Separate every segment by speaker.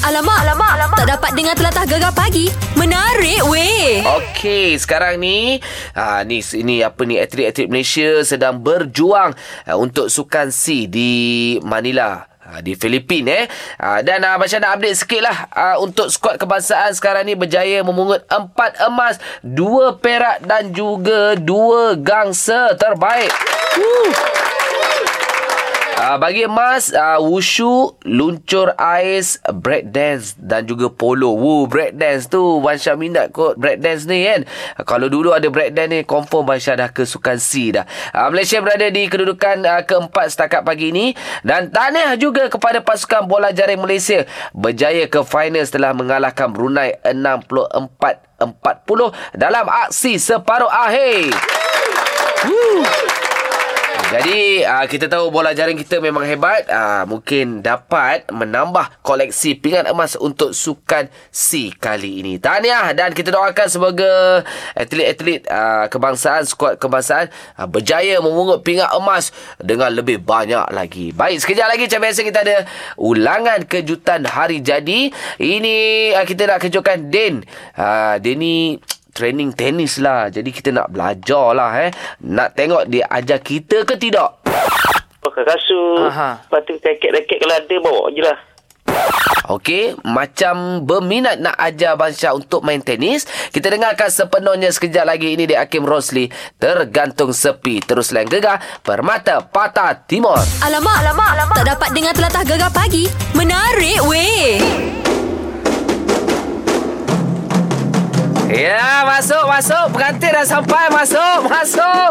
Speaker 1: Alamak, alamak, alamak. Tak dapat dengar telatah gegar pagi. Menarik weh.
Speaker 2: Okey, sekarang ni ha, ni ini apa ni atlet-atlet Malaysia sedang berjuang ha, untuk sukan C di Manila. ha, Di Filipin eh ha, Dan uh, macam nak update sikit lah uh, Untuk skuad kebangsaan sekarang ni Berjaya memungut 4 emas 2 perak Dan juga 2 gangsa terbaik Uh, bagi emas, uh, wushu, luncur ais, break dance dan juga polo. Woo, break dance tu Wan Syah minat kot break dance ni kan. Uh, kalau dulu ada break dance ni, confirm Wan Syah dah ke Sukan C dah. Uh, Malaysia berada di kedudukan uh, keempat setakat pagi ini. Dan tahniah juga kepada pasukan bola jaring Malaysia. Berjaya ke final setelah mengalahkan Brunei 64-40 dalam aksi separuh akhir. Jadi uh, kita tahu bola jaring kita memang hebat uh, Mungkin dapat menambah koleksi pingat emas untuk sukan C kali ini Tahniah dan kita doakan semoga atlet-atlet uh, kebangsaan, skuad kebangsaan uh, Berjaya memungut pingat emas dengan lebih banyak lagi Baik sekejap lagi macam biasa kita ada ulangan kejutan hari jadi Ini uh, kita nak kejutkan Din uh, Din ni training tenis lah. Jadi kita nak belajar lah eh. Nak tengok dia ajar kita ke tidak.
Speaker 3: Pakai kasut.
Speaker 2: Aha.
Speaker 3: Lepas tu raket-raket kalau ada bawa je lah.
Speaker 2: Okey, macam berminat nak ajar Bansyah untuk main tenis. Kita dengarkan sepenuhnya sekejap lagi ini dia Hakim Rosli. Tergantung sepi terus lain gegar. Permata Patah Timur.
Speaker 1: Alamak, alamak, alamak. Tak dapat dengar telatah gegar pagi. Menarik weh.
Speaker 2: Ya, masuk, masuk. Pengantin dah sampai. Masuk, masuk.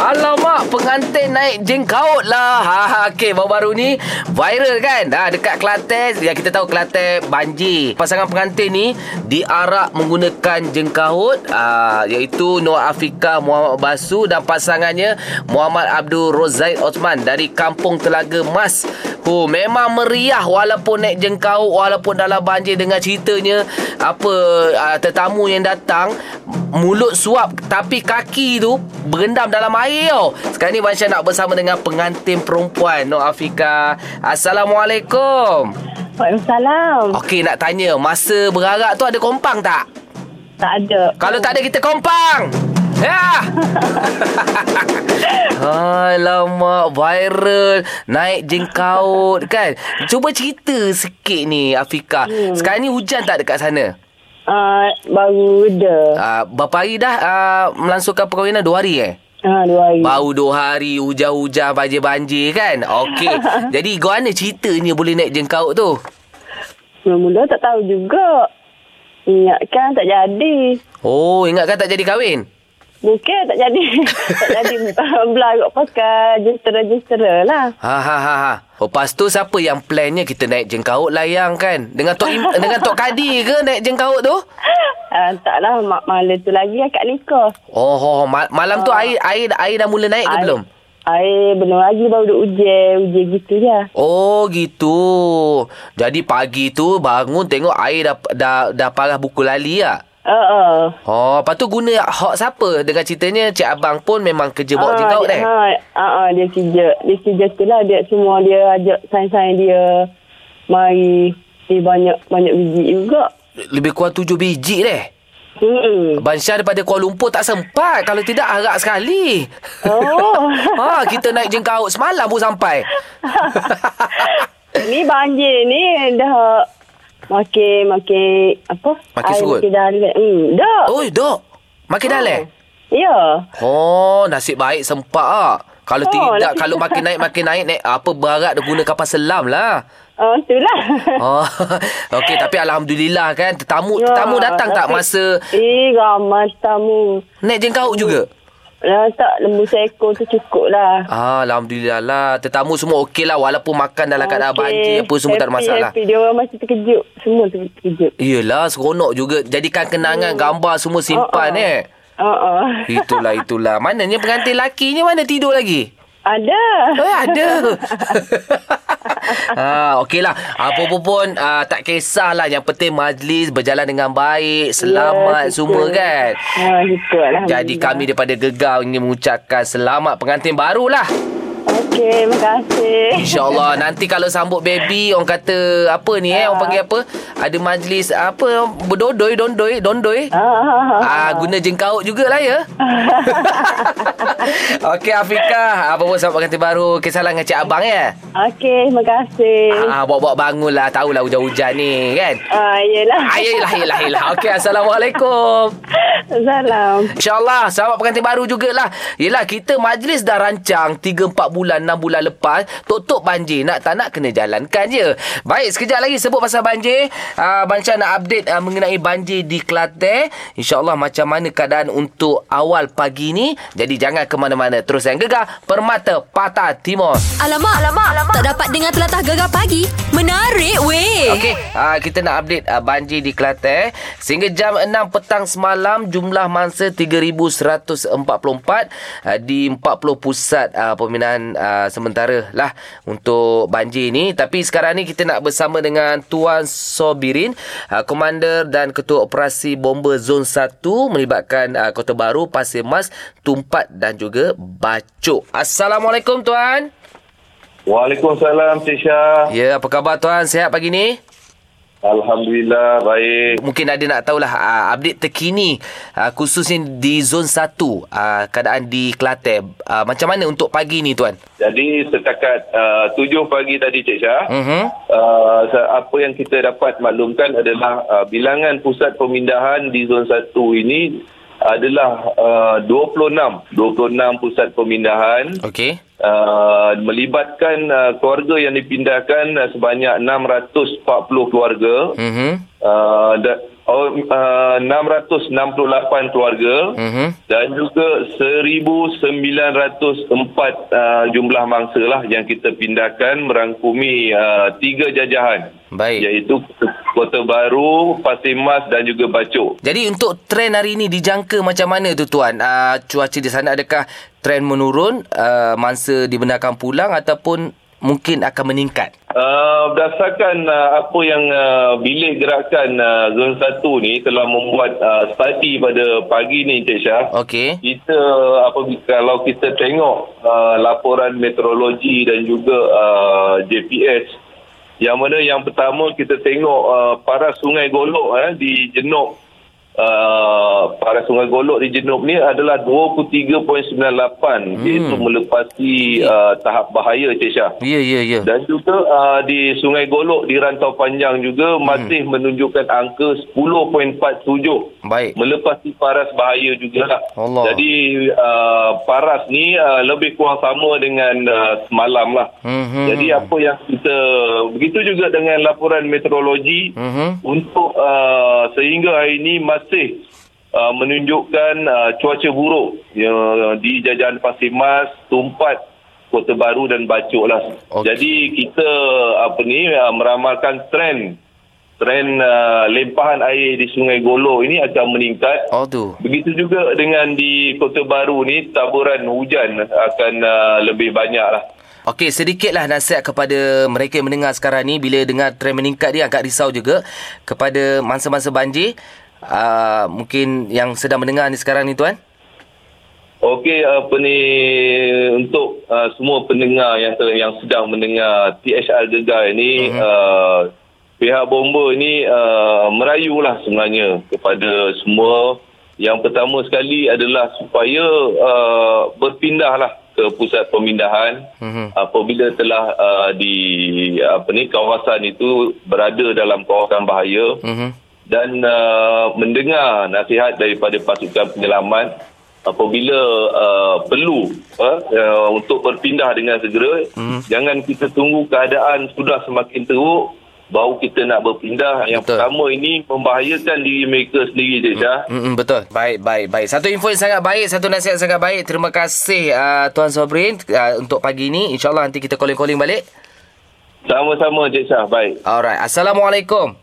Speaker 2: Alamak, pengantin naik jengkaut lah. Ha, ha, okay, baru-baru ni viral kan? Ha, dekat Kelantan, ya kita tahu Kelantan banjir. Pasangan pengantin ni diarak menggunakan jengkaut ha, iaitu Noor Afika Muhammad Basu dan pasangannya Muhammad Abdul Rozaid Osman dari Kampung Telaga Mas. Oh, memang meriah walaupun naik jengkaut, walaupun dalam banjir dengan ceritanya apa uh, tetamu yang datang mulut suap tapi kaki tu berendam dalam air tau. Sekarang ni Bansyah nak bersama dengan pengantin perempuan Nur Afika. Assalamualaikum.
Speaker 4: Waalaikumsalam.
Speaker 2: Okey nak tanya masa berarak tu ada kompang tak?
Speaker 4: Tak ada.
Speaker 2: Kalau tak ada kita kompang. Ya. Alamak viral naik jengkaut kan. Cuba cerita sikit ni Afika.
Speaker 4: Hmm.
Speaker 2: Sekarang ni hujan tak dekat sana?
Speaker 4: Uh, baru ada.
Speaker 2: Uh, berapa hari dah uh, melangsungkan perkahwinan? Dua hari eh?
Speaker 4: Ha, dua hari.
Speaker 2: Baru dua hari hujan-hujan banjir-banjir kan? Okey. Jadi kau mana ceritanya boleh naik jengkaut tu?
Speaker 4: Mula-mula tak tahu juga. Ingatkan tak jadi.
Speaker 2: Oh, ingatkan tak jadi kahwin?
Speaker 4: Bukan tak jadi. tak jadi uh, belarut pakai jentera-jentera lah.
Speaker 2: Ha ha ha ha. Lepas tu siapa yang plannya kita naik jengkaut layang kan? Dengan Tok Im- dengan Tok Kadi ke naik jengkaut tu?
Speaker 4: Uh, taklah mak malam tu lagi akak nikah.
Speaker 2: Oh, oh ma- malam tu air air air dah mula naik ke
Speaker 4: Ah, Air-
Speaker 2: belum?
Speaker 4: Air belum lagi baru duk ujian. Ujian gitu je.
Speaker 2: Oh gitu. Jadi pagi tu bangun tengok air dah dah dah parah buku lali ah.
Speaker 4: Uh, uh.
Speaker 2: Oh, lepas tu guna hak siapa? Dengan ceritanya Cik Abang pun memang kerja bawa kan?
Speaker 4: Ah,
Speaker 2: jengkaut
Speaker 4: dia,
Speaker 2: dah.
Speaker 4: Ha, ha, ha, dia kerja. Dia kerja tu lah. Dia semua dia ajak sayang-sayang dia. Mari. Dia banyak banyak biji juga.
Speaker 2: Lebih kurang tujuh biji dah.
Speaker 4: Hmm.
Speaker 2: Abang Syah daripada Kuala Lumpur tak sempat. Kalau tidak, harap sekali.
Speaker 4: Oh.
Speaker 2: ha, kita naik jengkaut semalam pun sampai.
Speaker 4: ni banjir ni dah makin makin apa?
Speaker 2: Makin surut.
Speaker 4: Makin dah hmm, dah.
Speaker 2: Oi, Dok. Makin oh. dalam?
Speaker 4: Hmm. Ya.
Speaker 2: Oh, nasib baik sempat ah. Kalau
Speaker 4: Oh,
Speaker 2: tidak,
Speaker 4: nasib-
Speaker 2: kalau makin naik, makin naik, naik apa berat dah guna kapal selam lah.
Speaker 4: Oh, itulah.
Speaker 2: Oh, okey. Tapi Alhamdulillah kan, tetamu
Speaker 4: Ya,
Speaker 2: tetamu datang tak
Speaker 4: tapi-
Speaker 2: masa
Speaker 4: Eh, ramai tamu.
Speaker 2: naik jengkaut juga?
Speaker 4: Dah tak lembu seekor tu cukup lah.
Speaker 2: Ah, Alhamdulillah lah. Tetamu semua okey lah. Walaupun makan dalam keadaan
Speaker 4: Okey.
Speaker 2: banjir apa semua tak ada
Speaker 4: Happy,
Speaker 2: masalah.
Speaker 4: Happy. Dia orang masih terkejut. Semua tu terkejut.
Speaker 2: Iyalah, seronok juga. Jadikan kenangan,
Speaker 4: Hmm.
Speaker 2: gambar semua simpan
Speaker 4: Oh, oh.
Speaker 2: eh.
Speaker 4: Uh-uh.
Speaker 2: Itulah, itulah. Mananya pengantin lakinya mana tidur lagi?
Speaker 4: Ada.
Speaker 2: Oh, ada. ha, okeylah. Apa-apa pun uh, tak kisahlah. Yang penting majlis berjalan dengan baik, selamat
Speaker 4: Ya,
Speaker 2: yeah, semua
Speaker 4: syukur.
Speaker 2: kan.
Speaker 4: Ha, syukur.
Speaker 2: Jadi
Speaker 4: Alhamdulillah.
Speaker 2: kami daripada Gegar ingin mengucapkan selamat pengantin barulah.
Speaker 4: Okey. Okey, terima kasih.
Speaker 2: InsyaAllah Nanti kalau sambut baby Orang kata Apa ni eh
Speaker 4: Ah.
Speaker 2: Orang panggil apa Ada majlis Apa Berdodoi Dondoi Dondoi Ah, guna jengkaut jugalah ya Okey Afika Apa pun sahabat kata baru Kisah dengan Cik Abang ya
Speaker 4: Okey, terima kasih.
Speaker 2: ah, Bawa-bawa bangun lah Tahulah hujan-hujan ni kan
Speaker 4: Ah, yelah.
Speaker 2: ah, Yelah yelah yelah Okey Assalamualaikum
Speaker 4: Salam.
Speaker 2: InsyaAllah Sahabat pengantin baru jugalah Yelah kita majlis dah rancang 3-4 bulan 6 bulan lepas Tok-tok banjir Nak tak nak kena jalankan je Baik sekejap lagi sebut pasal banjir uh, Bansyah nak update uh, mengenai banjir di Kelantan InsyaAllah macam mana keadaan untuk awal pagi ni Jadi jangan ke mana-mana Terus yang gegar Permata Patah Timur
Speaker 1: Alamak, alamak, alamak. Tak dapat dengar telatah gegar pagi. Menarik weh.
Speaker 2: Okey, uh, kita nak update uh, banjir di Kelantan. eh. Sehingga jam 6 petang semalam jumlah mangsa 3144 uh, di 40 pusat uh, pembinaan uh, sementara lah untuk banjir ni. Tapi sekarang ni kita nak bersama dengan Tuan Sobirin, uh, komander dan ketua operasi bomber zon 1 melibatkan uh, Kota Baru, Pasir Mas, Tumpat dan juga Bacok. Assalamualaikum tuan.
Speaker 5: Waalaikumsalam Cik Syah.
Speaker 2: Ya, apa khabar tuan? Sihat pagi ni?
Speaker 5: Alhamdulillah baik.
Speaker 2: mungkin ada nak tahulah uh, update terkini uh, khususnya di zon 1 uh, keadaan di Kelantan uh, macam mana untuk pagi ni tuan
Speaker 5: Jadi setakat uh, 7 pagi tadi Cik Syah,
Speaker 2: Mhm.
Speaker 5: uh, sa- apa yang kita dapat maklumkan adalah uh, bilangan pusat pemindahan di zon 1 ini adalah uh, 26 26 pusat pemindahan
Speaker 2: okey
Speaker 5: uh, melibatkan uh, keluarga yang dipindahkan uh, sebanyak 640 keluarga
Speaker 2: mhm
Speaker 5: uh, da- oh, uh, 668 keluarga
Speaker 2: mhm
Speaker 5: dan juga 1904 uh, jumlah mangsa lah yang kita pindahkan merangkumi uh, tiga jajahan
Speaker 2: Baik.
Speaker 5: iaitu Kota Baru, Pasir Mas dan juga Bacok.
Speaker 2: jadi untuk trend hari ni dijangka macam mana tu tuan uh, cuaca di sana adakah trend menurun uh, mangsa dibenarkan pulang ataupun mungkin akan meningkat
Speaker 5: Uh, berdasarkan uh, apa yang uh, bilik gerakan uh, Zon 1 ni telah membuat uh, study pada pagi ni Encik Syah.
Speaker 2: okey
Speaker 5: kita apa kalau kita tengok uh, laporan meteorologi dan juga uh, JPS yang mana yang pertama kita tengok uh, paras sungai Golok eh, di Jenop uh, paras sungai Golok di Jenop ni adalah 23.98 hmm. iaitu melepasi uh, tahap bahaya Cik Syah
Speaker 2: ya ya ya
Speaker 5: dan juga uh, di Sungai Golok di Rantau Panjang juga
Speaker 2: Hmm.
Speaker 5: masih menunjukkan angka 10.47
Speaker 2: baik
Speaker 5: melepasi paras bahaya juga lah.
Speaker 2: Allah.
Speaker 5: Jadi uh, paras ni uh, lebih kurang sama dengan uh, semalam lah.
Speaker 2: Mhm.
Speaker 5: Jadi apa yang kita begitu juga dengan laporan meteorologi
Speaker 2: Mhm.
Speaker 5: untuk uh, sehingga hari ini masih uh, menunjukkan uh, cuaca buruk uh, di jajahan Pasir Mas, Tumpat, Kota Baru dan Bacok lah.
Speaker 2: Okey.
Speaker 5: Jadi kita apa ni uh, meramalkan trend trend uh, lempahan air di Sungai Golo ini akan meningkat.
Speaker 2: oh tu
Speaker 5: Begitu juga dengan di Kota Baru ni taburan hujan akan uh, lebih banyak lah.
Speaker 2: Okey, sedikitlah nasihat kepada mereka yang mendengar sekarang ni bila dengar trend meningkat ni agak risau juga kepada mangsa-mangsa banjir. Uh, mungkin yang sedang mendengar ni sekarang ni tuan.
Speaker 5: Okey apa ni untuk uh, semua pendengar yang ter, yang sedang mendengar THR Gegar ini uh-huh. uh, pihak bomba ini uh, merayulah sebenarnya kepada semua yang pertama sekali adalah supaya uh, berpindahlah ke pusat pemindahan
Speaker 2: Mhm.
Speaker 5: apabila telah uh, di apa ni kawasan itu berada dalam kawasan bahaya
Speaker 2: Mhm.
Speaker 5: dan uh, mendengar nasihat daripada pasukan penyelamat apabila uh, perlu uh, uh, untuk berpindah dengan segera hmm. jangan kita tunggu keadaan sudah semakin teruk baru kita nak berpindah yang
Speaker 2: Betul. Hmm.
Speaker 5: pertama ini membahayakan diri mereka sendiri Cik Syah
Speaker 2: Mm-mm, betul. Baik, baik, baik. Satu info yang sangat baik, satu nasihat yang sangat baik. Terima kasih uh, Tuan Sobrin uh, untuk pagi ni. InsyaAllah nanti kita calling-calling balik.
Speaker 5: sama-sama Cik Syah baik
Speaker 2: Alright. Assalamualaikum.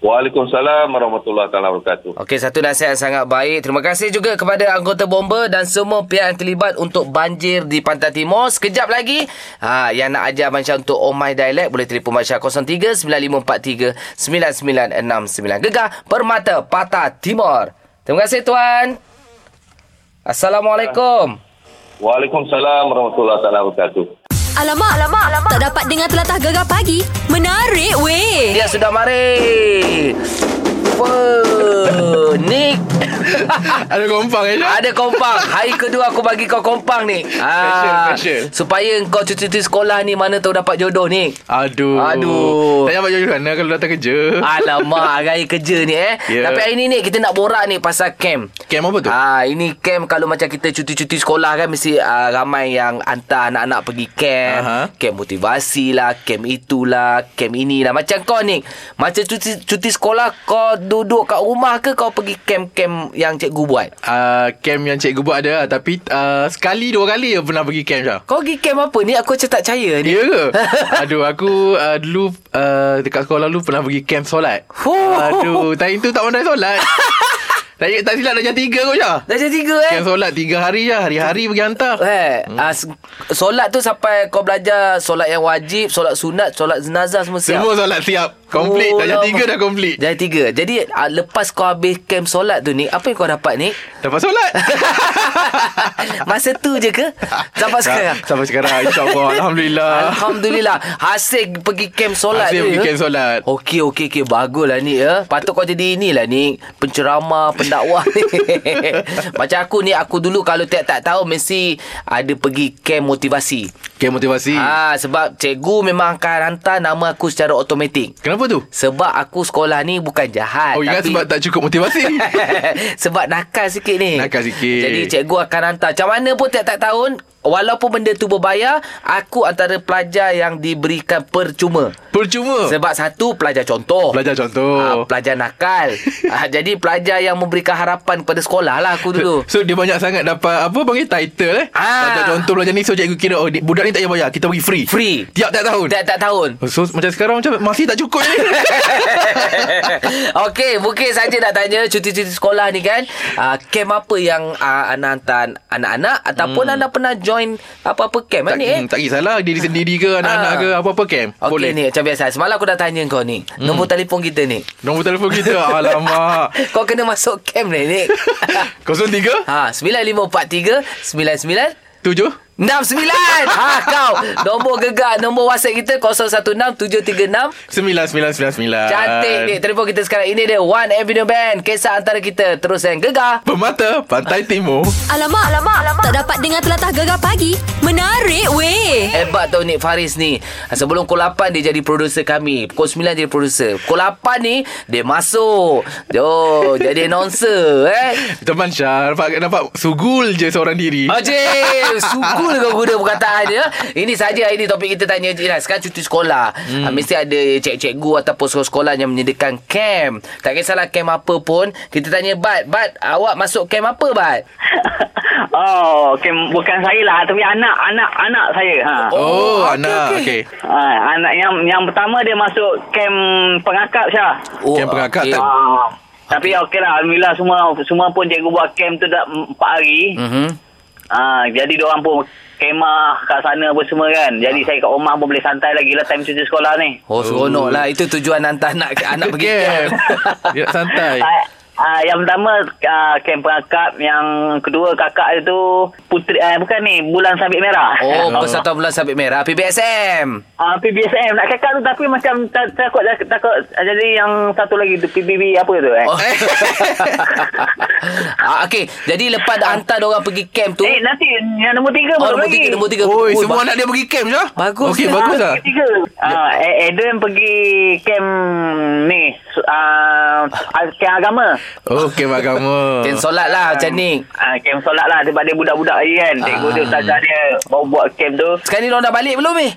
Speaker 5: Waalaikumsalam warahmatullahi taala wabarakatuh
Speaker 2: Okey, satu nasihat yang sangat baik. Terima kasih juga kepada anggota bomba dan semua pihak yang terlibat untuk banjir di Pantai Timur. Sekejap lagi, ha, yang nak ajar Abang Syah untuk Oh My Dialect, boleh telefon Abang Syah 03-9543-9969. Gegar Permata Patah Timur. Terima kasih, Tuan. Assalamualaikum.
Speaker 5: Waalaikumsalam warahmatullahi taala wabarakatuh
Speaker 1: Alamak, alamak, alamak. Tak dapat dengar telatah gegar pagi. Menarik weh.
Speaker 2: Dia sudah mari. Wah, Nick.
Speaker 6: Ada kompang eh Syah?
Speaker 2: Ada kompang. Hari kedua aku bagi kau kompang ni. Ah,
Speaker 6: Special, special.
Speaker 2: Supaya kau cuti-cuti sekolah ni mana tahu dapat jodoh ni.
Speaker 6: Aduh
Speaker 2: Aduh.
Speaker 6: Tak dapat jodoh mana Kalau datang kerja
Speaker 2: Alamak, hari kerja ni eh.
Speaker 6: Ya.
Speaker 2: Tapi hari ni ni kita nak borak ni pasal camp.
Speaker 6: Camp apa tu?
Speaker 2: Ah ini camp kalau macam kita cuti-cuti sekolah kan mesti ah, ramai yang hantar anak-anak pergi camp,
Speaker 6: Aha.
Speaker 2: uh-huh. camp motivasi lah, camp itulah, camp inilah. Macam kau ni, macam cuti cuti sekolah kau duduk kat rumah ke kau pergi camp-camp yang cikgu buat?
Speaker 6: Uh, camp yang cikgu buat ada lah Tapi uh, Sekali dua kali je Pernah pergi camp Syah
Speaker 2: Kau pergi camp apa ni? Aku macam tak percaya ni.
Speaker 6: Ya ke? Aduh aku uh, Dulu uh, Dekat sekolah dulu Pernah pergi camp solat
Speaker 2: Oh.
Speaker 6: Aduh Time tu tak pandai solat Tak, tak silap dah jam tiga kot Syah
Speaker 2: Dah jadi tiga eh?
Speaker 6: Camp solat tiga hari Syah Hari-hari pergi hantar
Speaker 2: Eh, hmm. uh, solat tu sampai kau belajar solat yang wajib, solat sunat, solat jenazah semua siap.
Speaker 6: Semua solat siap Complete Dah jam
Speaker 2: lama.
Speaker 6: tiga dah complete
Speaker 2: Dah tiga Jadi uh, lepas kau habis camp solat tu ni Apa yang kau dapat ni?
Speaker 6: Dapat solat
Speaker 2: Masa tu je ke? Sampai sekarang?
Speaker 6: Sampai sekarang InsyaAllah Alhamdulillah
Speaker 2: Alhamdulillah Hasil pergi camp solat
Speaker 6: Hasil
Speaker 2: tu
Speaker 6: pergi
Speaker 2: ya?
Speaker 6: camp solat.
Speaker 2: Okey okey okey Baguslah ni ya Patut kau jadi inilah ni Penceramah Pendakwah ni Macam aku ni Aku dulu kalau tak tak tahu Mesti Ada pergi camp motivasi
Speaker 6: Camp motivasi
Speaker 2: Ah Sebab cikgu memang akan hantar Nama aku secara automatik
Speaker 6: Kenapa tu?
Speaker 2: Sebab aku sekolah ni Bukan jahat
Speaker 6: Oh ingat
Speaker 2: tapi-
Speaker 6: sebab tak cukup motivasi
Speaker 2: Sebab nakal sikit ni
Speaker 6: Nakal sikit.
Speaker 2: Jadi cikgu akan hantar Macam mana pun tiap-tiap tahun Walaupun benda tu berbayar Aku antara pelajar yang diberikan percuma
Speaker 6: Percuma
Speaker 2: Sebab satu pelajar contoh
Speaker 6: Pelajar
Speaker 2: Ah,
Speaker 6: contoh
Speaker 2: pelajar nakal ah, Jadi pelajar yang memberikan harapan kepada sekolah lah aku dulu
Speaker 6: So dia banyak sangat dapat Apa panggil title eh
Speaker 2: Ah.
Speaker 6: Macam contoh belajar ni So cikgu kira oh, di- Budak ni tak payah bayar Kita pergi free
Speaker 2: Free.
Speaker 6: Tiap-tiap tahun
Speaker 2: Tiap-tiap tahun
Speaker 6: Oh, So macam sekarang macam Masih tak cukup ni
Speaker 2: Okey, mungkin saja nak tanya cuti-cuti sekolah ni kan, uh, camp apa yang uh, anda hantar anak-anak ataupun hmm. anda pernah join apa-apa camp
Speaker 6: tak,
Speaker 2: tak, ni eh?
Speaker 6: hmm, tak kisahlah Diri sendiri ke Anak-anak
Speaker 2: Ah.
Speaker 6: ke Apa-apa camp
Speaker 2: Okey
Speaker 6: Boleh
Speaker 2: ni macam biasa Semalam aku dah tanya kau ni hmm. Nombor telefon kita ni
Speaker 6: Nombor telefon kita Alamak
Speaker 2: Kau kena masuk camp ni ni
Speaker 6: 03
Speaker 2: Ha 9543 99
Speaker 6: 7
Speaker 2: 69 Ha kau Nombor gegar Nombor whatsapp kita 016736
Speaker 6: 9999
Speaker 2: Cantik ni Telefon kita sekarang Ini dia One Avenue Band Kisah antara kita Terus yang gegar
Speaker 6: Pemata Pantai Timur
Speaker 1: Alamak, alamak, alamak. Tak dapat dengar telatah gegar pagi. Menarik weh.
Speaker 2: Hebat tau Nick Faris ni Sebelum pukul 8 Dia jadi producer kami Pukul 9 jadi producer Pukul 8 ni Dia masuk Oh Jadi announcer eh
Speaker 6: Teman Syah Nampak, nampak sugul je seorang diri
Speaker 2: Ajib Sukul lah kau guna perkataan dia Ini saja hari ni topik kita tanya je lah Sekarang cuti sekolah hmm. ha, Mesti ada cikgu-cikgu Ataupun sekolah-sekolah yang menyediakan camp Tak kisahlah camp apa pun Kita tanya Bat Bat awak masuk camp apa Bat?
Speaker 7: Oh, okay. bukan saya lah tapi anak anak anak saya. Ha. Oh.
Speaker 6: Oh,
Speaker 2: okey,
Speaker 6: anak
Speaker 2: okey.
Speaker 6: okay.
Speaker 7: Ha, anak yang yang pertama dia masuk kem pengakap Syah.
Speaker 2: Oh,
Speaker 6: Camp pengakak
Speaker 2: okey.
Speaker 6: tak?
Speaker 7: Ha. Tapi okey lah Alhamdulillah semua semua pun cikgu buat kem tu dah 4 hari.
Speaker 2: Mhm.
Speaker 7: Ha, jadi diorang pun kemah kat sana apa semua kan. Jadi saya kat rumah pun boleh santai lagi lah time cuti sekolah ni.
Speaker 2: Ah. Oh seronok lah Itu tujuan hantar anak, anak pergi camp
Speaker 6: Dia nak santai
Speaker 7: Ah, ah, yang pertama ah, kem pengakap, yang kedua kakak dia tu putri eh, bukan ni bulan sabit merah.
Speaker 2: Oh Persatuan Bulan Sabit Merah PBSM
Speaker 7: Ah uh, PBSM nak cakap tu tapi macam ta- takut takut, takut jadi yang satu lagi tu PBB apa tu eh.
Speaker 2: Oh.
Speaker 7: Oh.
Speaker 2: ah, okay Jadi lepas dah hantar Diorang pergi camp tu
Speaker 7: Eh nanti yang nombor tiga
Speaker 2: Oh
Speaker 7: baru
Speaker 2: nombor
Speaker 7: lagi.
Speaker 2: tiga Nombor tiga
Speaker 6: Oi,
Speaker 2: Oh,
Speaker 6: semua
Speaker 2: ba-
Speaker 6: anak dia pergi camp Syah
Speaker 2: Bagus
Speaker 6: Okey,
Speaker 2: lah.
Speaker 6: bagus lah
Speaker 7: Nombor tiga. Ah uh, Eden pergi kem ni ah uh, kem agama.
Speaker 6: Oh, camp agama
Speaker 2: Camp solat lah macam ni Ah.
Speaker 7: Ah uh, kem solat lah daripada budak-budak lagi kan. Cikgu dia ustazah dia baru buat kem tu.
Speaker 2: Sekarang ni diorang dah balik belum ni?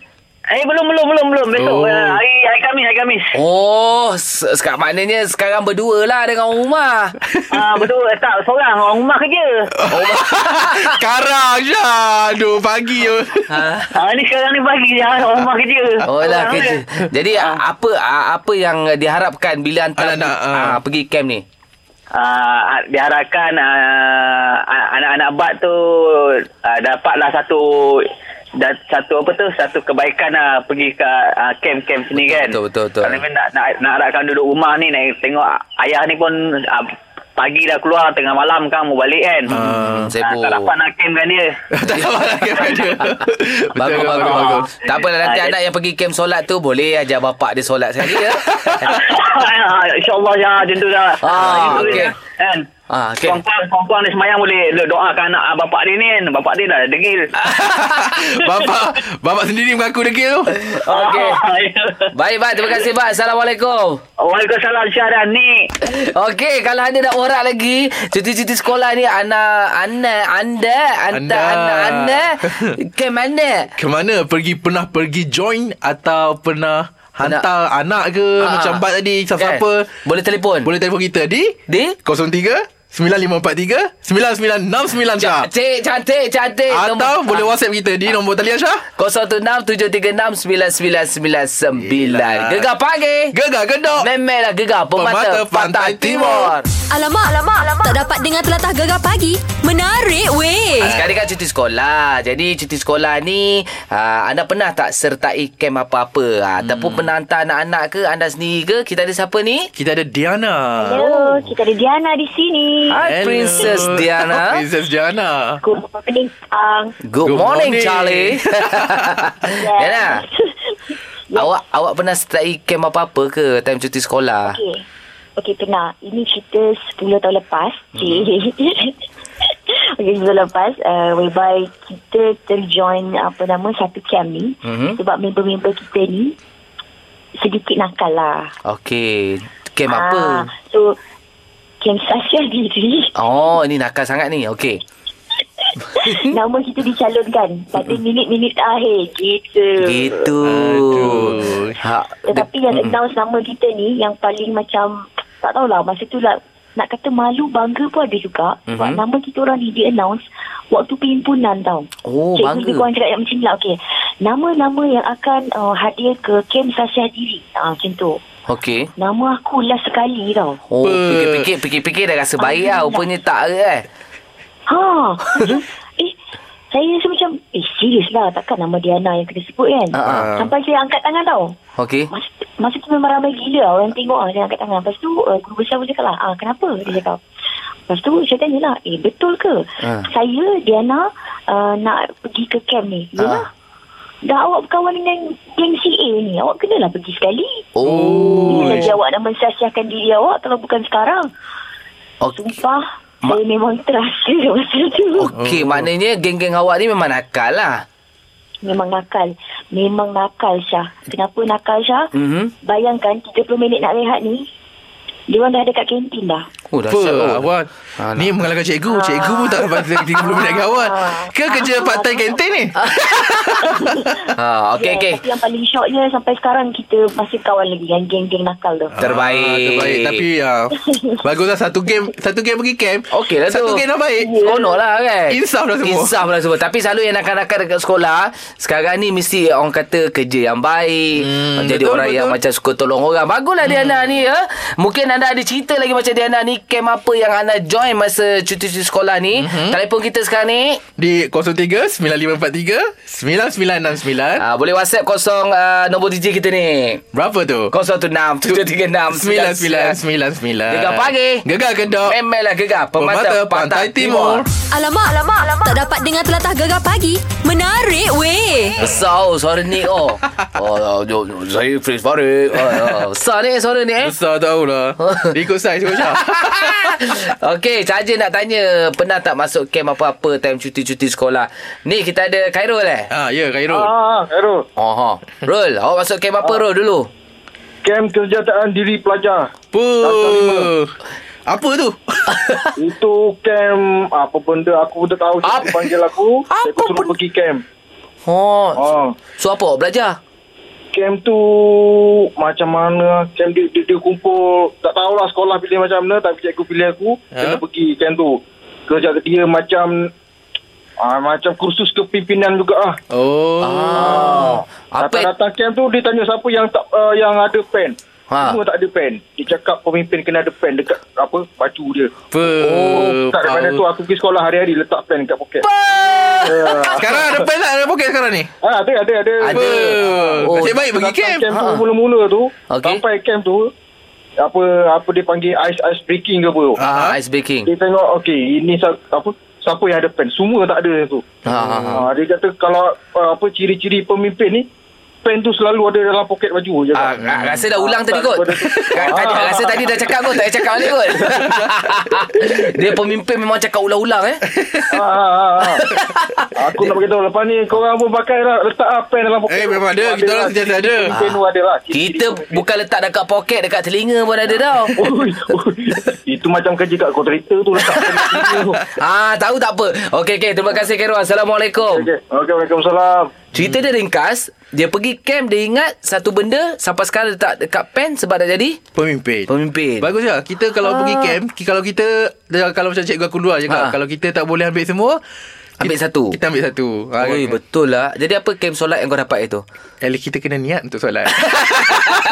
Speaker 7: Eh belum belum belum belum besok
Speaker 6: Oh.
Speaker 7: oh. hari hari Khamis hari Khamis.
Speaker 2: Oh, se- sekarang maknanya sekarang berdua lah dengan orang rumah.
Speaker 7: Ah betul eh, tak seorang orang rumah kerja.
Speaker 2: Oh,
Speaker 6: Sekarang Syah lah. Aduh, pagi je
Speaker 2: ha?
Speaker 7: Ah ni sekarang ni pagi je Ah, orang rumah Ah. kerja.
Speaker 2: Oh lah
Speaker 7: Orang
Speaker 2: kerja. Jadi a- apa a- apa yang diharapkan bila hantar
Speaker 6: Anak-anak,
Speaker 2: pergi-
Speaker 6: ah.
Speaker 2: ah, pergi camp ni?
Speaker 7: uh, diharapkan uh, anak-anak bat tu uh, dapatlah satu dan satu apa tu satu kebaikan lah pergi ke uh, camp-camp
Speaker 2: Betul,
Speaker 7: sini kan
Speaker 2: betul, betul, betul.
Speaker 7: Kalau nak, nak, nak harapkan duduk rumah ni nak tengok ayah ni pun uh, pagi dah keluar tengah malam kan mau balik kan.
Speaker 6: Ah,
Speaker 7: Uh,
Speaker 2: Hmm, sibuk.
Speaker 7: tak dapat nak camp kan dia.
Speaker 6: tak sabar lah game dia. Betul,
Speaker 2: Bagus, bagus, bagus. Tak apalah nanti
Speaker 7: Ah,
Speaker 2: anak yang pergi kem solat tu boleh ajar bapak dia solat sekali ya.
Speaker 7: Ah, InsyaAllah ya macam tu dah.
Speaker 2: Ah,
Speaker 7: macam tu
Speaker 2: okey.
Speaker 7: dia, Kan?
Speaker 2: Ah, okey.
Speaker 7: Puan-puan, puan-puan ni semayang boleh doakan anak ah, bapak dia ni kan. Bapak dia dah degil.
Speaker 6: bapak, bapak sendiri mengaku degil tu.
Speaker 2: Okey.
Speaker 7: Ah, ya.
Speaker 2: Baik, baik. Terima kasih, Pak. Assalamualaikum.
Speaker 7: Waalaikumsalam Syahdan ni.
Speaker 2: Okey, kalau anda nak borak lagi, cuti-cuti sekolah ni, anak, anak, anda, anda,
Speaker 6: Anda.
Speaker 2: anak, anda, ke mana?
Speaker 6: Ke mana? Pergi pernah pergi join atau pernah hantar anak ke
Speaker 2: Ah.
Speaker 6: macam Bat tadi siapa-siapa
Speaker 2: Kan? Boleh telefon?
Speaker 6: boleh telefon kita di
Speaker 2: Di?
Speaker 6: 03 9543 9969 Syah.
Speaker 2: Cantik, cantik, cantik.
Speaker 6: Atau
Speaker 2: Nombor-
Speaker 6: boleh WhatsApp kita di nombor talian Syah.
Speaker 2: 0167369999.
Speaker 6: Yelah.
Speaker 2: Gegar pagi.
Speaker 6: Gegar gedok.
Speaker 2: Memelah gegar pemata,
Speaker 6: Pemata Pantai
Speaker 2: pantai timur.
Speaker 1: Alamak, alamak, alamak. Tak dapat dengar telatah gegar pagi. Menarik weh.
Speaker 2: Ah, Sekarang kan cuti sekolah. Jadi cuti sekolah ni ah, anda pernah tak sertai kem apa-apa? Ah, Ataupun
Speaker 6: Hmm.
Speaker 2: pernah hantar anak-anak ke anda sendiri ke? Kita ada siapa ni?
Speaker 6: Kita ada Diana.
Speaker 8: Hello, kita ada Diana di sini.
Speaker 2: Hi Princess Diana.
Speaker 6: Princess Diana.
Speaker 8: Good morning, Ang.
Speaker 2: Good,
Speaker 6: Good
Speaker 2: morning,
Speaker 6: morning.
Speaker 2: Charlie. Diana, awak awak pernah sertai kem apa-apa ke time cuti sekolah?
Speaker 8: Okey. Okey, pernah. Ini cerita 10 tahun lepas. Cik.
Speaker 2: Hmm.
Speaker 8: Okey, 10 tahun lepas. Uh, whereby kita terjoin apa nama satu camp ni.
Speaker 2: Mhm.
Speaker 8: Sebab member-member kita ni sedikit nakal lah.
Speaker 2: Okey, kem
Speaker 8: Ah,
Speaker 2: apa?
Speaker 8: So, camp sasya diri.
Speaker 2: Oh, ini nakal sangat ni. Okey.
Speaker 8: Nama kita dicalonkan pada minit-minit akhir. Gitu.
Speaker 2: Gitu.
Speaker 6: Aduh.
Speaker 2: Ha,
Speaker 8: Tetapi yang announce nama kita ni yang paling macam tak tahulah masa tu lah nak kata malu bangga pun ada juga sebab
Speaker 2: Mhm.
Speaker 8: nama kita orang ni di announce waktu perhimpunan tau.
Speaker 2: Oh,
Speaker 8: Cikgu
Speaker 2: bangga.
Speaker 8: lebih kurang cakap macam ni lah okay. Nama-nama yang akan uh, hadir ke kem sasihan diri ah, macam tu.
Speaker 2: Okey.
Speaker 8: Nama aku last sekali tau.
Speaker 2: Oh,
Speaker 6: Apa?
Speaker 2: fikir-fikir, fikir-fikir dah rasa baik lah.
Speaker 8: Alhamdulillah.
Speaker 2: Rupanya tak ke eh.
Speaker 8: Ha. macam, eh saya rasa macam eh serius lah takkan nama Diana yang kena sebut kan.
Speaker 2: Ah, ah.
Speaker 8: Sampai saya angkat tangan tau.
Speaker 2: Okey.
Speaker 8: Masa, masa tu memang ramai gila lah. orang tengok lah saya angkat tangan. Lepas tu uh, guru besar pun cakap lah, ah, kenapa? Dia cakap. Lepas tu saya tanya lah, eh betul ke?
Speaker 2: Ah.
Speaker 8: Saya, Diana uh, nak pergi ke camp ni.
Speaker 9: Ah.
Speaker 2: Ah.
Speaker 8: Yalah. Dah awak berkawan dengan geng CA ni, awak kenalah pergi sekali.
Speaker 2: Oh.
Speaker 8: Ini lagi awak nak mensiasiakan diri awak kalau bukan sekarang.
Speaker 2: Okey.
Speaker 8: Sumpah, saya memang terasa masa tu.
Speaker 2: Okey, maknanya geng-geng awak ni memang nakal lah.
Speaker 8: Memang nakal. Memang nakal Syah. Kenapa nakal Syah?
Speaker 2: Mhm.
Speaker 8: Bayangkan 30 minit nak rehat ni, dia orang dah dekat kantin dah.
Speaker 2: Oh, dah
Speaker 6: Apa awak?
Speaker 2: Alah.
Speaker 6: Ni mengalahkan cikgu. Cikgu pun tak dapat 30 minit dengan awak. Ke kerja part-time kantin ni?
Speaker 2: Ha,
Speaker 8: Yes,
Speaker 2: okey, okey.
Speaker 8: Tapi yang paling syoknya sampai sekarang kita masih kawan lagi dengan geng-geng nakal tu.
Speaker 2: Terbaik.
Speaker 6: Ah, terbaik. Tapi ya, baguslah satu game satu game pergi camp.
Speaker 2: Okey lah tu.
Speaker 6: Satu game dah baik.
Speaker 2: Seronok lah kan
Speaker 6: Insaf lah semua.
Speaker 2: Insaf lah semua Tapi selalu yang nakal-nakal dekat sekolah Sekarang ni mesti orang kata Kerja yang baik hmm,
Speaker 6: Hmm,
Speaker 2: Jadi
Speaker 6: betul,
Speaker 2: orang
Speaker 6: betul.
Speaker 2: yang macam Suka tolong orang Baguslah hmm. Diana ni ya? Mungkin anda ada cerita lagi Macam Diana ni Camp apa yang anda join Masa cuti-cuti sekolah ni
Speaker 6: Mhm.
Speaker 2: hmm. Telefon kita sekarang ni
Speaker 6: Di 03 9543 9969.
Speaker 2: uh, Boleh whatsapp kosong uh, Nombor DJ kita ni
Speaker 6: Berapa tu?
Speaker 2: 016 736
Speaker 6: 9999.
Speaker 2: Gegar pagi
Speaker 6: Gegar kedok.
Speaker 2: Memelah gegar Pemata,
Speaker 6: Pemata Pantai Timur.
Speaker 1: Alamak, alamak, alamak. Tak dapat dengar telatah gegar pagi. Menarik weh.
Speaker 2: Besar oh, suara ni oh. Oh, oh, oh, oh saya Fiz Farid. Oh, oh. Besar ni suara ni eh.
Speaker 6: Besar tahu lah. Dia ikut saiz kot Syah.
Speaker 2: Okey, saja nak tanya pernah tak masuk camp apa-apa time cuti-cuti sekolah? Ni kita ada Khairul eh.
Speaker 6: Ah, ya, Khairul.
Speaker 10: Ah, Errol.
Speaker 2: Oh ha. Rul, awak masuk camp apa Rul dulu?
Speaker 10: Kem Ah. Kesejahteraan Diri Pelajar.
Speaker 6: Puh. Apa tu?
Speaker 10: Itu kem apa benda aku pun tak tahu. Cikgu
Speaker 2: Apa-
Speaker 10: panggil aku.
Speaker 2: Apa
Speaker 10: Cikgu suruh
Speaker 2: benda-
Speaker 10: pergi kem.
Speaker 2: Oh.
Speaker 10: Ah.
Speaker 2: So apa awak belajar?
Speaker 10: Kem tu macam mana. Kem dia, dia, dia kumpul. Tak tahulah sekolah pilih macam mana. Tapi cikgu pilih aku.
Speaker 6: Ha?
Speaker 10: Kena pergi kem tu. Kerja dia macam... Ah, macam kursus kepimpinan juga ah.
Speaker 6: Oh.
Speaker 2: Oh. Apa?
Speaker 10: Datang-datang kem tu dia tanya siapa yang tak uh, yang ada pen.
Speaker 2: Ha.
Speaker 10: Ha. Semua tak ada pen. Dia cakap pemimpin kena ada pen dekat apa baju dia.
Speaker 6: Apa?
Speaker 10: Oh, tak daripada tu aku pergi sekolah hari-hari letak pen kat poket.
Speaker 6: Ya. Sekarang ada pen tak ada poket sekarang ni?
Speaker 10: Ah, ada ada ada.
Speaker 2: Ada.
Speaker 6: Apa?
Speaker 2: Oh,
Speaker 6: Nasib baik pergi
Speaker 10: Datang
Speaker 6: camp.
Speaker 10: camp tu
Speaker 2: Ha.
Speaker 10: mula-mula tu
Speaker 2: Okey.
Speaker 10: sampai camp tu apa apa dia panggil ice ice breaking ke apa tu.
Speaker 2: Ah, ice baking.
Speaker 10: Dia tengok okey ini sa- apa siapa yang ada pen semua tak ada tu.
Speaker 2: Ha, ha, ha.
Speaker 10: Ah, dia kata kalau ah, apa ciri-ciri pemimpin ni pen tu selalu ada dalam poket baju je. Ah,
Speaker 2: Ah, ra- rasa dah ulang tadi
Speaker 10: Tak,
Speaker 2: kot.
Speaker 10: daripada-
Speaker 2: Ra- tadi,
Speaker 10: Ah.
Speaker 2: rasa tadi dah cakap kot, tak payah cakap balik kot. Dia pemimpin memang cakap ulang-ulang eh.
Speaker 10: ah, ah, ah. Aku nak beritahu lepas ni korang pun pakai lah letak ah, pen dalam poket. lah,
Speaker 6: Eh, memang ada. Kita orang sentiasa ada.
Speaker 10: Pemimpin tu ada lah. Ciri-ciri
Speaker 2: Kita
Speaker 10: pemimpin.
Speaker 2: bukan letak dekat poket, dekat telinga pun ada tau.
Speaker 10: Ui, ui. Itu macam kerja kat kontraktor tu letak pen kat situ tu.
Speaker 2: Ah, tahu tak apa. Okey okey, terima kasih Kero.
Speaker 10: Oh.
Speaker 2: Assalamualaikum.
Speaker 10: Okey, okay, Waalaikumsalam.
Speaker 2: Cerita dia ringkas, dia pergi camp dia ingat satu benda sampai sekarang letak dekat pen sebab dah jadi
Speaker 6: Pemimpin.
Speaker 2: pemimpin. Ah.
Speaker 6: Bagus lah Kita kalau pergi camp ki- Kalau kita Kalau macam cikgu aku luar cakap
Speaker 2: Ha.
Speaker 6: Kalau kita tak boleh ambil semua
Speaker 2: Ambil
Speaker 6: kita,
Speaker 2: satu.
Speaker 6: Kita ambil satu Ha,
Speaker 2: Oi,
Speaker 6: kan?
Speaker 2: betul lah. Jadi apa camp solat yang kau dapat itu?
Speaker 6: Eh, Kita kena niat untuk solat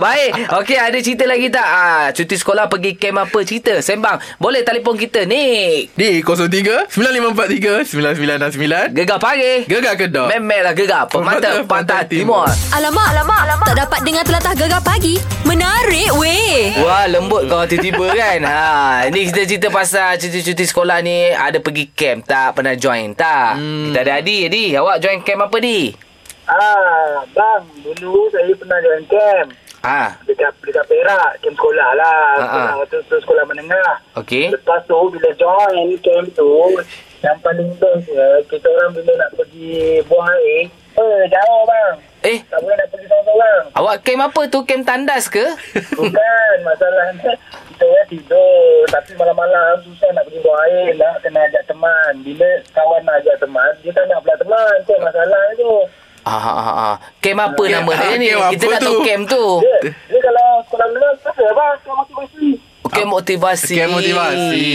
Speaker 2: Baik. Okey, ada cerita lagi tak? Ah, cuti sekolah pergi camp apa cerita? Sembang. Boleh telefon kita ni.
Speaker 6: Di 03 9543 9969
Speaker 2: Gegar pagi.
Speaker 6: Gegar Kedah
Speaker 2: Memek lah gegar. Pemata
Speaker 6: Pemata
Speaker 2: Pantai
Speaker 6: Pantai
Speaker 2: Timur.
Speaker 6: Timur.
Speaker 1: Alamak, alamak, alamak. Tak dapat dengar telatah gegar pagi. Menarik weh.
Speaker 2: Wah lembut kau tiba-tiba kan ha, Ini kita cerita pasal cuti-cuti sekolah ni Ada pergi camp tak? Pernah join tak? Hmm. Kita ada Adi Adi awak join camp apa Di?
Speaker 9: Ah, bang, dulu saya pernah join camp
Speaker 2: Ah,
Speaker 6: Ha.
Speaker 9: dekat dekat Perak, camp sekolah lah,
Speaker 2: Ah, Eh? ah.
Speaker 9: sekolah, waktu tu sekolah menengah.
Speaker 2: Okey.
Speaker 9: Lepas tu bila join camp tu, yang paling best dia, kita orang bila nak pergi buang air, eh jauh bang,
Speaker 2: Eh
Speaker 9: tak boleh nak pergi seorang-seorang.
Speaker 2: awak camp apa tu? Camp tandas ke?
Speaker 9: Bukan masalahnya kita orang tidur tapi malam-malam susah nak pergi buang air nak kena ajak teman. Bila kawan nak ajak teman, dia tak nak pula teman. Itu masalah tu.
Speaker 2: Ah, ah, ah, ah. Camp apa
Speaker 6: Camp-
Speaker 2: nama dia
Speaker 6: ah,
Speaker 2: ni?
Speaker 6: camp
Speaker 2: Kita
Speaker 6: apa
Speaker 2: nak tahu
Speaker 6: tu?
Speaker 2: camp tu
Speaker 9: Dia, dia kalau sekolah menengah apa abang kau motivasi.
Speaker 2: Camp motivasi
Speaker 6: Camp motivasi.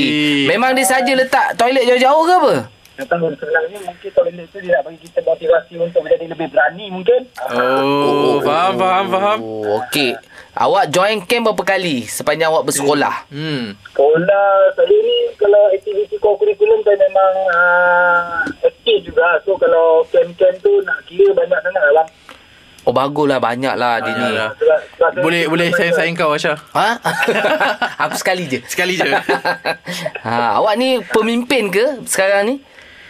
Speaker 2: Memang dia saja letak toilet jauh-jauh ke apa?
Speaker 9: Dia tahu sebenarnya mungkin toilet tu dia nak bagi kita motivasi untuk menjadi lebih berani mungkin.
Speaker 6: Oh, faham, faham, faham.
Speaker 2: Oh, Okey Awak join camp berapa kali sepanjang awak bersekolah?
Speaker 6: Hmm.
Speaker 9: Sekolah saya ni kalau aktiviti co-curriculum saya memang uh, aktif juga. So kalau camp-camp tu nak kira banyak sangat lah bang.
Speaker 2: Oh baguslah banyak lah dia ni
Speaker 6: Banyak lah.
Speaker 9: Sebab, sebab
Speaker 6: Boleh boleh saya sayang kau Asha.
Speaker 2: Ha? Aku sekali je.
Speaker 6: Sekali je.
Speaker 2: ha, awak ni pemimpin ke sekarang ni?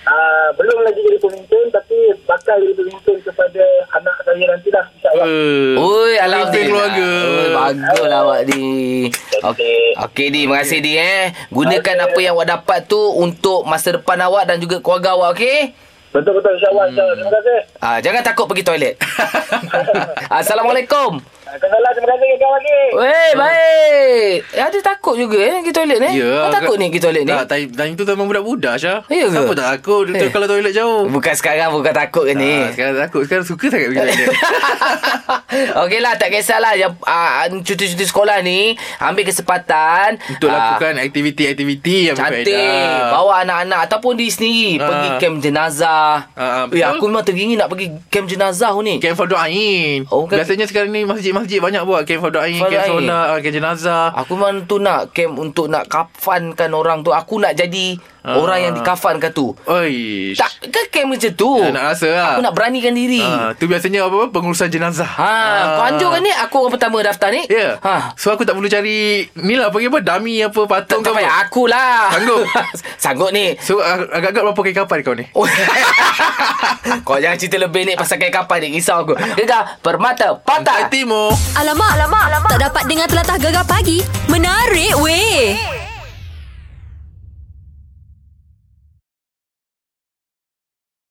Speaker 9: Ah, belum lagi jadi pemimpin tapi bakal jadi pemimpin kepada anak saya nanti lah insyaAllah.
Speaker 6: Uh.
Speaker 2: Oi,
Speaker 6: Pemimpin
Speaker 2: alhamdulillah.
Speaker 6: keluarga.
Speaker 2: Oi, baguslah awak di. Okey, okay, di. Terima kasih di eh. Gunakan apa yang awak dapat tu untuk masa depan awak dan juga keluarga awak, okey?
Speaker 9: Betul-betul insyaAllah. Hmm. Terima kasih.
Speaker 2: Ah, jangan takut pergi toilet. Assalamualaikum.
Speaker 9: Ah, Kenal terima kasih kawan lagi.
Speaker 2: Weh, baik. Eh, ada takut juga eh pergi toilet ni.
Speaker 6: Ya.
Speaker 2: Kau takut ni pergi toilet ni?
Speaker 6: Tak, time, time tu memang budak-budak Asha.
Speaker 2: Ya ke?
Speaker 6: Apa tak takut
Speaker 2: Eh.
Speaker 6: eh. kalau toilet jauh.
Speaker 2: Bukan sekarang bukan takut ke ni.
Speaker 6: Ah, sekarang takut sekarang suka sangat pergi toilet.
Speaker 2: Okey lah tak kisahlah yang uh, cuti-cuti sekolah ni ambil kesempatan
Speaker 6: Untuk
Speaker 2: ah,
Speaker 6: lakukan aktiviti-aktiviti yang
Speaker 2: cantik bawa anak-anak ataupun diri sendiri
Speaker 6: Ah.
Speaker 2: pergi camp jenazah.
Speaker 6: Ah, ah,
Speaker 2: eh,
Speaker 6: betul.
Speaker 2: aku memang teringin nak pergi camp jenazah ni.
Speaker 6: Camp for doain.
Speaker 2: Oh,
Speaker 6: Oh,
Speaker 2: bukan.
Speaker 6: Biasanya sekarang ni masjid-masjid banyak buat camp for doain,
Speaker 2: For
Speaker 6: camp
Speaker 2: doain.
Speaker 6: solat, ah, camp jenazah.
Speaker 2: Aku memang tu nak camp untuk nak kafankan orang tu. Aku nak jadi
Speaker 6: Ah.
Speaker 2: orang yang dikafankan tu.
Speaker 6: Oi.
Speaker 2: Tak ke camp macam tu?
Speaker 6: Ya, nak rasa lah.
Speaker 2: Aku nak beranikan diri.
Speaker 6: Ah, tu biasanya apa pengurusan jenazah. Ah.
Speaker 2: Ha, kau anjur kan ni aku orang pertama daftar ni.
Speaker 6: Ya.
Speaker 2: Ha.
Speaker 6: Yeah. So aku tak perlu cari ni lah panggil apa dummy apa
Speaker 2: Tak,
Speaker 6: patung
Speaker 2: tak
Speaker 6: ke
Speaker 2: payah
Speaker 6: apa.
Speaker 2: akulah.
Speaker 6: Sanggup.
Speaker 2: Sanggup ni.
Speaker 6: So ag- agak-agak berapa kain kapal kau ni?
Speaker 2: Oh. Kau jangan cerita lebih ni pasal kain kapal ni Risau aku Gegar Permata Patah
Speaker 6: Timur.
Speaker 1: Alamak, alamak, alamak. Tak dapat dengar telatah gegar pagi. Menarik weh.